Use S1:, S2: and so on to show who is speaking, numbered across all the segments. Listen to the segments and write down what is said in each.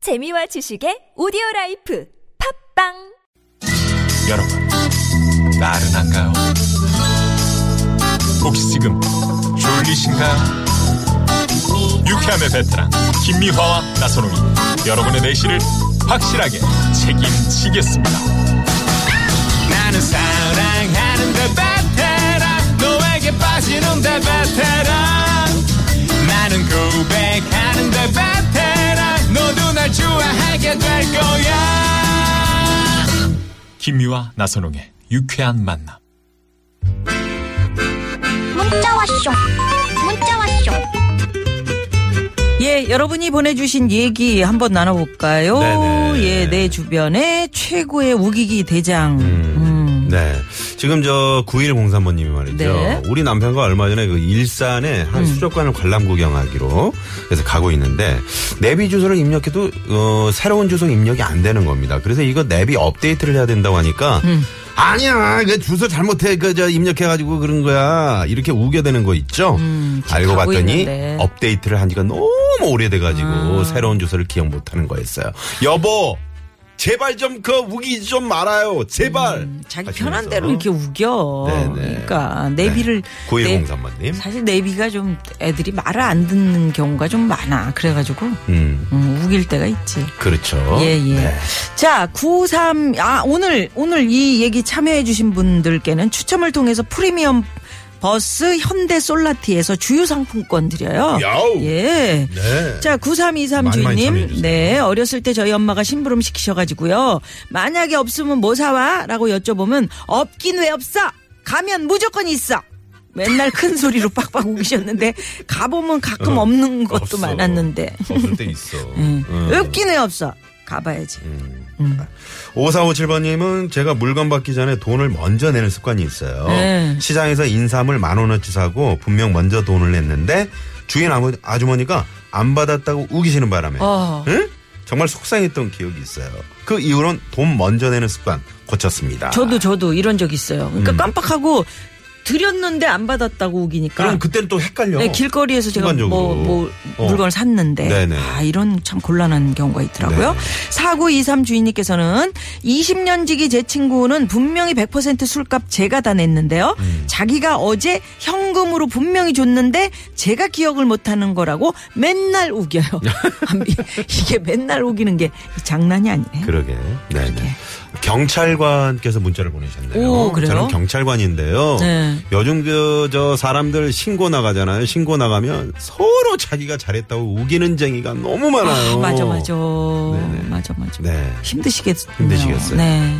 S1: 재미와 지식의 오디오 라이프 팝빵
S2: 여러분, 나른한가요? 혹시 지금 졸리신가요? 유쾌함의 베테랑 김미화와 나선홍이 여러분의 내실을 확실하게 책임지겠습니다.
S3: 나는 사랑하는데 베테랑 너에게 빠지는데 베테랑 나는 고백하는데 베테랑 너도 날 좋아하게 될 거야
S2: 김미화 나선홍의 유쾌한 만남.
S4: 문자 왔쇼 문자 왔쇼
S5: 예, 여러분이 보내주신 얘기 한번 나눠볼까요?
S6: 네네.
S5: 예, 내 주변에 최고의 우기기 대장. 음.
S6: 네. 지금 저 9103번님이 말이죠.
S5: 네. 음.
S6: 우리 남편과 얼마 전에 그 일산에 한 수족관을 관람 구경하기로 그래서 가고 있는데 내비 주소를 입력해도 어, 새로운 주소 입력이 안 되는 겁니다. 그래서 이거 내비 업데이트를 해야 된다고 하니까
S5: 음.
S6: 아니야, 그 주소 잘못해 그 저 입력해가지고 그런 거야 이렇게 우겨대는 거 있죠. 알고
S5: 음, 가고
S6: 봤더니
S5: 있는데. 아.
S6: 업데이트를 한 지가 너무 오래돼가지고 새로운 주소를 기억 못하는 거였어요. 여보. 제발 좀 그 우기지 좀 말아요. 제발.
S5: 자기
S6: 하시면서.
S5: 편한 대로 이렇게 우겨.
S6: 네네.
S5: 그러니까 내비를
S6: 네.
S5: 내-
S6: 9103번님.
S5: 사실 내비가 좀 애들이 말을 안 듣는 경우가 좀 많아. 그래가지고
S6: 음,
S5: 음, 우길 때가 있지.
S6: 그렇죠.
S5: 예, 예.
S6: 네.
S5: 자, 93, 아, 오늘, 오늘 이 얘기 참여해주신 분들께는 추첨을 통해서 프리미엄 버스 현대 솔라티에서 주유 상품권 드려요.
S6: 야우.
S5: 예.
S6: 네.
S5: 자, 9323
S6: 많이 많이
S5: 주인님.
S6: 참여해주세요.
S5: 네. 어렸을 때 저희 엄마가 심부름 시키셔가지고요. 만약에 없으면 뭐 사와? 라고 여쭤보면 없긴 왜 없어? 가면 무조건 있어! 맨날 큰 소리로 빡빡 우기셨는데 가보면 가끔
S6: 어,
S5: 없는 것도
S6: 없어.
S5: 많았는데.
S6: 없을 때 있어.
S5: 음.
S6: 음.
S5: 없긴 왜 없어. 가봐야지.
S6: 5457번님은 제가 물건 받기 전에 돈을 먼저 내는 습관이 있어요.
S5: 네.
S6: 시장에서 인삼을 만 원어치 사고 분명 먼저 돈을 냈는데 주인 아무, 아주머니가 안 받았다고 우기시는 바람에
S5: 어.
S6: 응? 정말 속상했던 기억이 있어요. 그 이후론 돈 먼저 내는 습관 고쳤습니다.
S5: 저도 저도 이런 적 있어요. 그러니까
S6: 음.
S5: 깜빡하고 드렸는데 안 받았다고 우기니까.
S6: 그럼 그때는 또 헷갈려.
S5: 네, 길거리에서 제가 뭐,
S6: 순간적으로.
S5: 뭐
S6: 어.
S5: 물건을 샀는데
S6: 네네.
S5: 아 이런 참 곤란한 경우가 있더라고요.
S6: 네.
S5: 4923 주인님께서는 20년 지기 제 친구는 분명히 100% 술값 제가 다 냈는데요.
S6: 음.
S5: 자기가 어제 현금으로 분명히 줬는데 제가 기억을 못하는 거라고 맨날 우겨요. 아, 이게 맨날 우기는 게 장난이 아니에요.
S6: 그러게. 네. 네. 경찰관께서 문자를 보내셨네요.
S5: 오, 그래요?
S6: 저는 경찰관인데요.
S5: 네.
S6: 요즘 그, 저 사람들 신고 나가잖아요. 신고 나가면 서로 자기가 잘했다고 우기는 쟁이가 너무 많아요.
S5: 아, 맞아 맞아.
S6: 네네.
S5: 맞아 맞아.
S6: 네.
S5: 힘드시겠
S6: 힘드시겠어요.
S5: 네.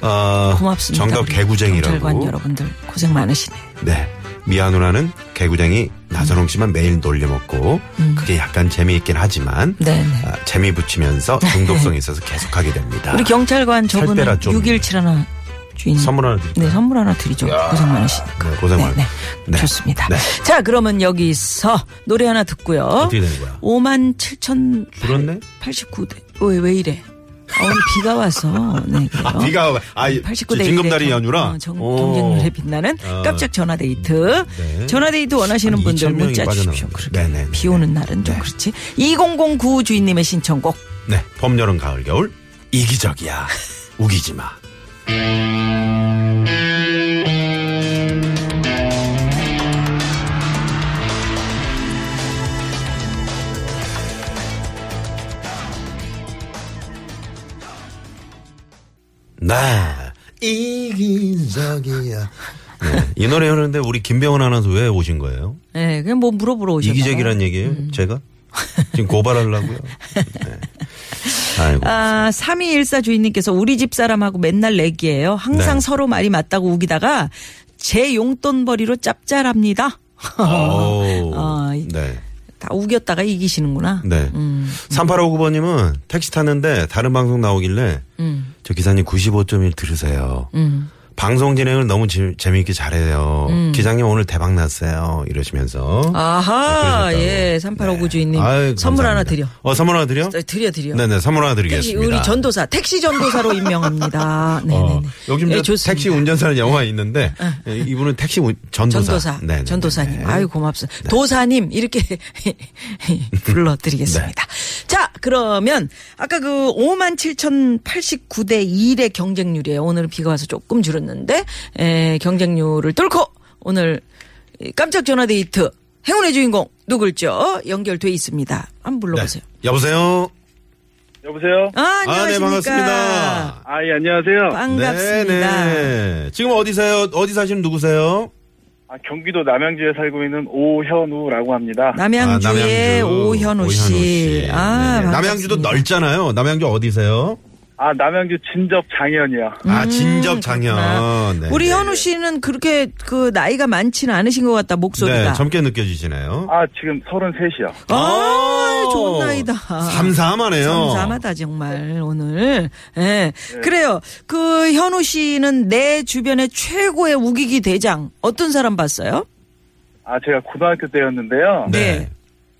S6: 어,
S5: 고맙습니다.
S6: 정답
S5: 우리
S6: 개구쟁이라고.
S5: 경찰관 여러분들 고생 많으시네.
S6: 네. 미아 누나는 개구쟁이 나선홍 씨만 매일 놀려먹고 그게 약간 재미있긴 하지만
S5: 음. 네, 네.
S6: 아, 재미 붙이면서 중독성이 있어서 계속하게 됩니다.
S5: 우리 경찰관 저분
S6: 아, 빼라, 좀.
S5: 617 하나 주인님.
S6: 선물 하나 드릴까요?
S5: 네, 선물 하나 드리죠. 고생 많으시니까.
S6: 네, 고생 많-
S5: 네, 네.
S6: 네.
S5: 좋습니다.
S6: 네.
S5: 자, 그러면 여기서 노래 하나 듣고요.
S6: 어떻게 되는 거야?
S5: 5만 7천
S6: 줄었네?
S5: 89대. 왜, 왜 이래? 어, 오늘 비가 와서. 네, 그래요.
S6: 아, 비가 와. 아,
S5: 89대 어,
S6: 징검다리 연휴라.
S5: 정,
S6: 오.
S5: 경쟁률에 빛나는
S6: 아.
S5: 깜짝 전화데이트.
S6: 네.
S5: 전화데이트 원하시는
S6: 한
S5: 분들
S6: 2,000 명이
S5: 문자 주십시오.
S6: 빠져나가는데.
S5: 그렇게
S6: 네네네.
S5: 비 오는 날은 좀
S6: 네.
S5: 그렇지. 2009 주인님의 신청곡.
S6: 네. 봄, 여름, 가을, 겨울. 이기적이야. 우기지 마. 나 이기적이야. 네, 이 노래 하는데 우리 김병훈 아나운서 왜 오신 거예요?
S5: 네, 그냥 뭐 물어보러 오셨나요? 음.
S6: 이기적이란 얘기예요? 제가 지금 고발하려고요. 네. 아이고.
S5: 아, 3214 주인님께서 우리 집 사람하고 맨날 내기해요. 항상
S6: 네.
S5: 서로 말이 맞다고 우기다가 제 용돈벌이로 짭짤합니다.
S6: 오.
S5: 아, 이- 음.
S6: 네.
S5: 다 우겼다가 이기시는구나.
S6: 네. 3859번님은
S5: 음.
S6: 택시 탔는데 다른 방송 나오길래 저 기사님 95.1 들으세요. 방송 진행을 너무 지- 재미있게 잘해요. 기장님 오늘 대박 났어요. 이러시면서.
S5: 음. 아하,
S6: 그러셨다고. 네.
S5: 예. 3859 주인님.
S6: 아유,
S5: 선물
S6: 감사합니다.
S5: 하나 드려.
S6: 어, 선물 하나 드려?
S5: 드려, 드려.
S6: 네네, 선물 하나
S5: 택시,
S6: 드리겠습니다.
S5: 우리 전도사, 택시 전도사로 임명합니다. 네네네.
S6: 어, 요즘
S5: 예,
S6: 저
S5: 좋습니다. 네.
S6: 택시 운전사는 영화 있는데 예, 이분은 택시 운- 전도사.
S5: 전도사,
S6: 네네네. 네.
S5: 전도사님, 아유 고맙습니다. 도사님 이렇게 불러드리겠습니다.
S6: 네.
S5: 자, 그러면 아까 그 5만 7,089대 1의 경쟁률이에요. 오늘은 비가 와서 조금 줄었는데 에, 경쟁률을 뚫고 오늘 이 깜짝 전화 데이트 행운의 주인공 누굴죠? 연결돼 있습니다. 한번
S6: 네.
S5: 불러보세요.
S6: 여보세요.
S7: 여보세요?
S5: 아,
S6: 아, 네,
S5: 안녕하십니까?
S6: 반갑습니다.
S7: 아, 예, 안녕하세요.
S5: 반갑습니다.
S6: 네네. 지금 어디세요? 어디 사시는 누구세요?
S7: 아, 경기도 남양주에 살고 있는 오현우라고 합니다.
S5: 남양주의
S6: 아,
S5: 오현우 씨. 아, 반갑습니다.
S6: 네네. 남양주도 넓잖아요. 남양주 어디세요?
S7: 아, 남양주 진접 장현이요.
S6: 아,
S5: 음,
S6: 진접 장현.
S5: 그렇구나.
S6: 네.
S5: 우리 현우 씨는 그렇게 그 나이가 많지는 않으신 것 같다 목소리가.
S6: 네, 젊게 느껴지시네요.
S7: 아, 지금 33이요.
S5: 아,
S6: 어!
S5: 좋은 나이다.
S6: 삼삼하네요.
S5: 삼삼하다 정말 오늘. 예. 그래요. 그 현우 씨는 내 주변의 최고의 우기기 대장 어떤 사람 봤어요?
S7: 아, 제가 고등학교 때였는데요.
S5: 네.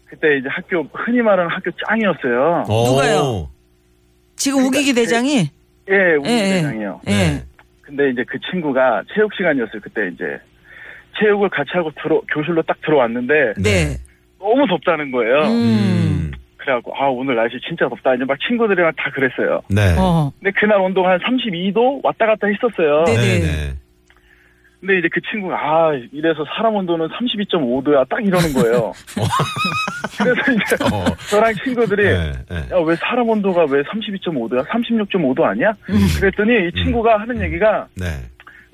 S7: 그때 이제 학교, 흔히 말하는 학교 짱이었어요.
S6: 오.
S5: 누가요? 지금 우기기 대장이.
S7: 예, 우리
S5: 예, 예.
S7: 대장이요.
S5: 예.
S6: 네.
S7: 근데 이제 그 친구가 체육 시간이었어요. 그때 이제 체육을 같이 하고 들어, 교실로 딱 들어왔는데
S5: 네.
S7: 너무 덥다는 거예요.
S6: 음.
S7: 그래갖고, 아, 오늘 날씨 진짜 덥다. 이제 막 친구들이랑 다 그랬어요.
S6: 네.
S5: 어.
S7: 근데 그날 온도 한 32도 왔다 갔다 했었어요.
S5: 네.
S6: 네네.
S7: 근데 이제 그 친구가 아 이래서 사람 온도는 32.5도야 딱 이러는 거예요. 그래서 이제
S6: 어.
S7: 저랑 친구들이
S6: 네. 네.
S7: 야 왜 사람 온도가 왜 32.5도야? 36.5도 아니야?
S6: 음.
S7: 그랬더니 이 친구가 하는 얘기가
S6: 네.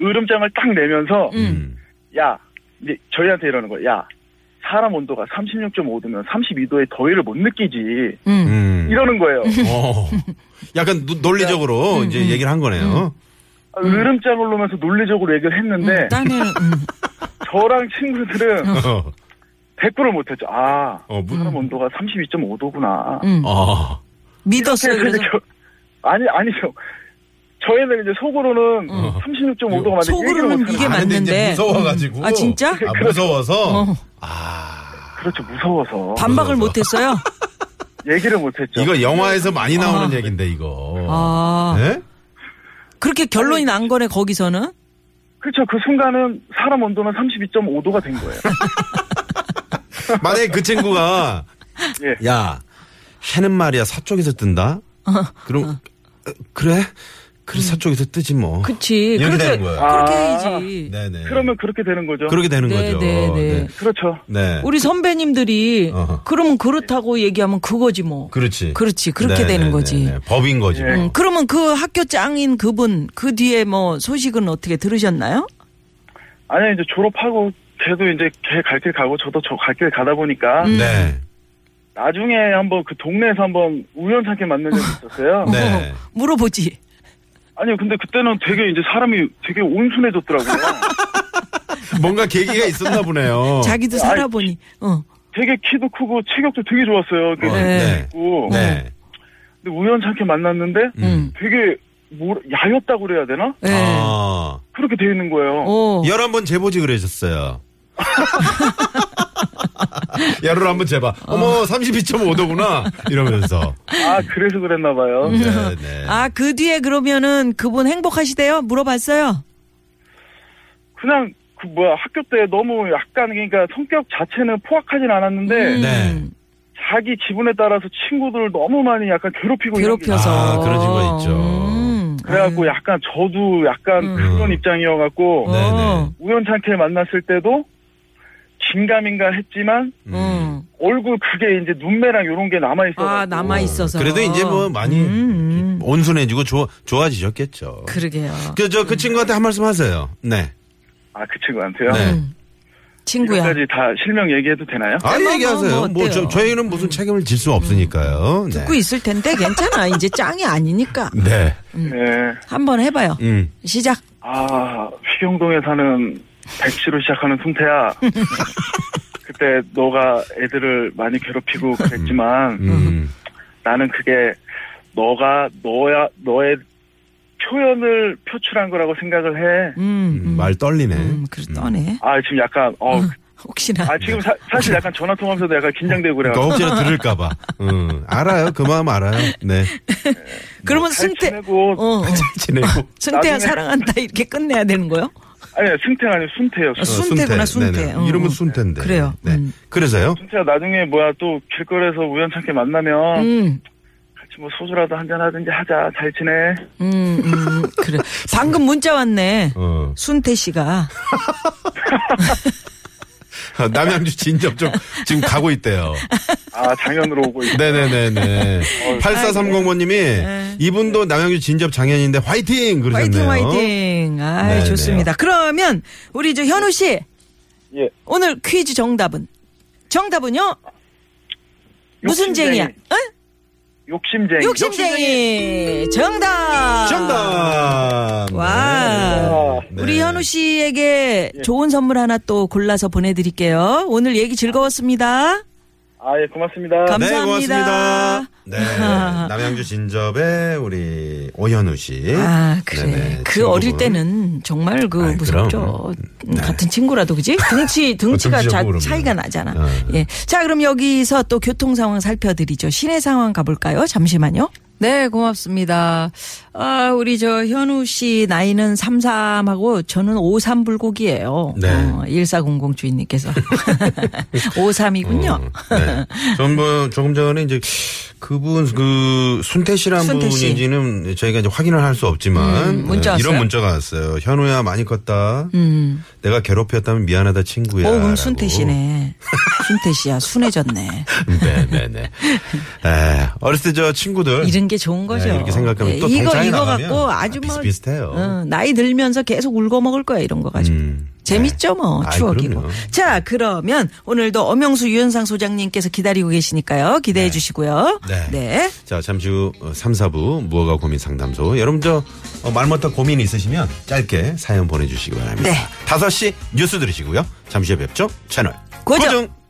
S7: 으름장을 딱 내면서
S6: 음.
S7: 야 이제 저희한테 이러는 거야. 야 사람 온도가 36.5도면 32도의 더위를 못 느끼지
S5: 음.
S6: 음.
S7: 이러는 거예요.
S6: 어. 음, 약간 노- 논리적으로 이제 얘기를 한 거네요.
S7: 아, 으름장을 놓으면서 논리적으로 얘기를 했는데
S5: 딴에 음.
S7: 저랑 친구들은
S6: 어.
S7: 대꾸를 못했죠. 아
S6: 어, 무-
S7: 사람 온도가 32.5도구나.
S5: 음.
S6: 어.
S5: 믿었어요. 네, 그래서
S7: 겨- 네, 아니 아니죠. 저희는 이제 속으로는 36.5도가 맞는데
S5: 속으로는 이게
S6: 아, 근데 이제
S5: 맞는데.
S6: 무서워가지고.
S5: 아, 진짜?
S6: 아, 무서워서.
S5: 어.
S6: 아.
S7: 그렇죠 무서워서
S5: 반박을 못 했어요.
S7: 얘기를 못했죠.
S6: 이거 영화에서 많이 나오는
S5: 아.
S6: 얘긴데 이거.
S5: 아.
S6: 네?
S5: 그렇게 결론이 난 거네 거기서는.
S7: 그렇죠 그 순간은 사람 온도는 32.5도가 된 거예요.
S6: 만약에 그 친구가
S7: 예.
S6: 야 해는 말이야 서쪽에서 뜬다. 그럼 어, 그래 그래 서쪽에서 뜨지 뭐.
S5: 음. 그치.
S6: 이렇게
S5: 그렇게,
S6: 되는 거예요.
S5: 그렇게
S7: 아.
S5: 해야지.
S6: 네네.
S7: 그러면 그렇게 되는 거죠.
S6: 그렇게 되는
S5: 네,
S6: 거죠.
S5: 네, 네.
S6: 네.
S7: 그렇죠.
S6: 네.
S5: 우리 선배님들이
S6: 어허.
S5: 그러면 그렇다고 얘기하면 그거지 뭐.
S6: 그렇지.
S5: 그렇지. 그렇게
S6: 네,
S5: 되는
S6: 네,
S5: 거지.
S6: 네, 네. 법인 거지.
S7: 예.
S6: 뭐.
S5: 음, 그러면 그 학교 짱인 그분 그 뒤에 뭐 소식은 어떻게 들으셨나요?
S7: 아니 이제 졸업하고 걔도 이제 걔 갈 길 가고 저도 저 갈 길 가다
S5: 그-
S7: 보니까
S6: 네.
S7: 나중에 한번 그 동네에서 한번 우연찮게 만난 적이 있었어요.
S6: 네.
S5: 물어보지.
S7: 아니요 근데 그때는 되게 이제 사람이 되게 온순해졌더라고요.
S6: 뭔가 계기가 있었나 보네요.
S5: 자기도 살아보니. 어.
S7: 되게 키도 크고 체격도 되게 좋았어요.
S6: 어,
S7: 되게
S6: 네.
S7: 있고.
S6: 네.
S7: 근데 우연찮게 만났는데
S5: 음.
S7: 되게 뭐 야였다고 그래야 되나?
S5: 예.
S6: 아.
S7: 그렇게 돼 있는 거예요.
S5: 어.
S6: 열 한번 재보지 그러셨어요. 열을 한번 재봐. 어머, 32.5도구나. 이러면서.
S7: 아 그래서 그랬나 봐요.
S6: 네, 네.
S5: 아, 그 뒤에 그러면은 그분 행복하시대요? 물어봤어요?
S7: 그냥 그 뭐야 학교 때 너무 약간 그러니까 성격 자체는 포악하진
S5: 음.
S7: 않았는데
S6: 네.
S7: 자기 기분에 따라서 친구들을 너무 많이 약간 괴롭히고 이런 게
S5: 괴롭혀서. 음,
S6: 아, 그런 친구가 있죠.
S7: 그래갖고 약간 저도 약간 그런 입장이어갖고
S6: 네,
S5: 어.
S7: 우연찮게 만났을 때도 긴가민가 했지만
S6: 음.
S5: 음.
S7: 얼굴 그게 이제 눈매랑 이런 게 남아 있어.
S5: 아, 남아 있어서. 음,
S6: 그래도 이제 뭐 많이 뭐 온순해지고 좋아, 좋아지셨겠죠.
S5: 그러게요.
S6: 그, 저, 그 친구한테 한 말씀 하세요. 네.
S7: 아그 친구한테요.
S6: 네.
S5: 음. 친구야.
S7: 이거까지 다 실명 얘기해도 되나요?
S6: 아,
S5: 뭐, 뭐,
S6: 얘기하세요.
S5: 뭐
S6: 뭐, 저,
S5: 어때요?
S6: 저희는 무슨 책임을 질 수 없으니까요. 네.
S5: 듣고 있을 텐데 괜찮아. 이제 짱이 아니니까.
S6: 네.
S7: 네.
S5: 한번 해봐요.
S6: 음.
S5: 시작.
S7: 아, 휘경동에 사는 백시로 시작하는 승태야. 그때 너가 애들을 많이 괴롭히고
S5: 음.
S7: 그랬지만
S6: 음.
S7: 나는 그게 너가 너야 너의 표현을 표출한 거라고 생각을 해.
S5: 음,
S6: 음, 말 떨리네.
S5: 음, 그래 떠네.
S7: 아, 지금 약간, 어,
S5: 음. 혹시나.
S7: 아, 지금 사, 실 약간 전화 통화하면서도 약간 긴장되고
S6: 그러니까
S7: 그래요.
S6: 혹시나 들을까봐. 음, 알아요. 그 마음 알아요. 네.
S5: 그러면
S7: 잘
S5: 승태,
S7: 지내고,
S5: 어, 어.
S6: 지내고.
S5: 승태야
S7: 나중에-
S5: 사랑한다 이렇게 끝내야 되는 거요?
S7: 아니, 승태가 아니고 순태예요.
S5: 아, 순태구나, 순태.
S6: 네네.
S5: 어, 어.
S6: 이름은 순태인데.
S5: 그래요.
S6: 네.
S5: 음.
S6: 그래서요?
S7: 순태가 나중에 뭐야 또 길거리에서 우연찮게 만나면
S5: 음,
S7: 같이 뭐 소주라도 한잔 하든지 하자. 잘 지내.
S5: 음, 음, 그래. 방금 문자 왔네.
S6: 어.
S5: 순태 씨가
S6: 아, 남양주 진접 좀 지금 가고 있대요.
S7: 아, 장현으로 오고 있어.
S6: 네네네네. 8430번님이 이분도 남양주 진접 장현인데 화이팅!
S5: 네. 화이팅
S6: 그러셨네요.
S5: 화이팅. 아,
S6: 네,
S5: 좋습니다. 그러면 우리 저 현우 씨
S7: 예.
S5: 오늘 퀴즈 정답은 정답은요? 무슨 쟁이야? 응?
S7: 욕심쟁이.
S5: 네, 욕심쟁이. 정답.
S6: 정답!
S5: 와.
S6: 네.
S5: 우리 현우 씨에게 좋은 선물 하나 또 골라서 보내드릴게요. 오늘 얘기 즐거웠습니다.
S7: 아, 예, 고맙습니다.
S5: 감-
S6: 네, 고맙습니다.
S5: 감사합니다.
S6: 네. 남양주 진접의 우리 오현우 씨.
S5: 아, 그래.
S6: 네네,
S5: 그
S6: 친구분.
S5: 어릴 때는 정말 그
S6: 아이,
S5: 무섭죠.
S6: 그럼.
S5: 음, 같은 친구라도 그지? 등치 등치가
S6: 등치가
S5: 자-
S6: 그러면.
S5: 차이가 나잖아.
S6: 어.
S5: 예. 자, 그럼 여기서 또 교통 상황 살펴드리죠. 시내 상황 가볼까요? 잠시만요. 네, 고맙습니다. 아, 우리 저 현우 씨 나이는 33하고 저는 53 불고기예요.
S6: 네.
S5: 어, 1400 주인님께서 53이군요.
S6: 어, 네. 전뭐 조금 전에 이제 그분 그 순태 씨라는
S5: 순태 씨.
S6: 분인지는 저희가 이제 확인을 할 수 없지만
S5: 음, 문자
S6: 어, 이런
S5: 왔어요? 음.
S6: 문자가 왔어요. 현우야 많이 컸다. 내가 괴롭혔다면 미안하다 친구야.
S5: 어, 그럼
S6: 라고.
S5: 순태 씨네. 순태 씨야 순해졌네.
S6: 네, 네, 네. 에, 어렸을 때 저 친구들
S5: 이런 게 좋은 거죠.
S6: 음. 네, 이렇게 생각하면
S5: 예,
S6: 또
S5: 이거
S6: 동창회
S5: 이거
S6: 나가면
S5: 갖고 아주 뭐
S6: 비슷비슷해요.
S5: 어, 나이 들면서 계속 울고 먹을 거야 이런 거 가지고.
S6: 음,
S5: 재밌죠 뭐
S6: 아이,
S5: 추억이고.
S6: 그럼요.
S5: 자 그러면 오늘도 엄영수 유현상 소장님께서 기다리고 계시니까요 기대해 주시고요.
S6: 네. 자, 잠시 후 3, 4부 무허가 고민 상담소. 여러분 저 어, 말 못할 고민 있으시면 짧게 사연 보내주시기 바랍니다.
S5: 네.
S6: 5시 뉴스 들으시고요. 잠시 후에 뵙죠. 채널
S5: 고정.
S6: 고정.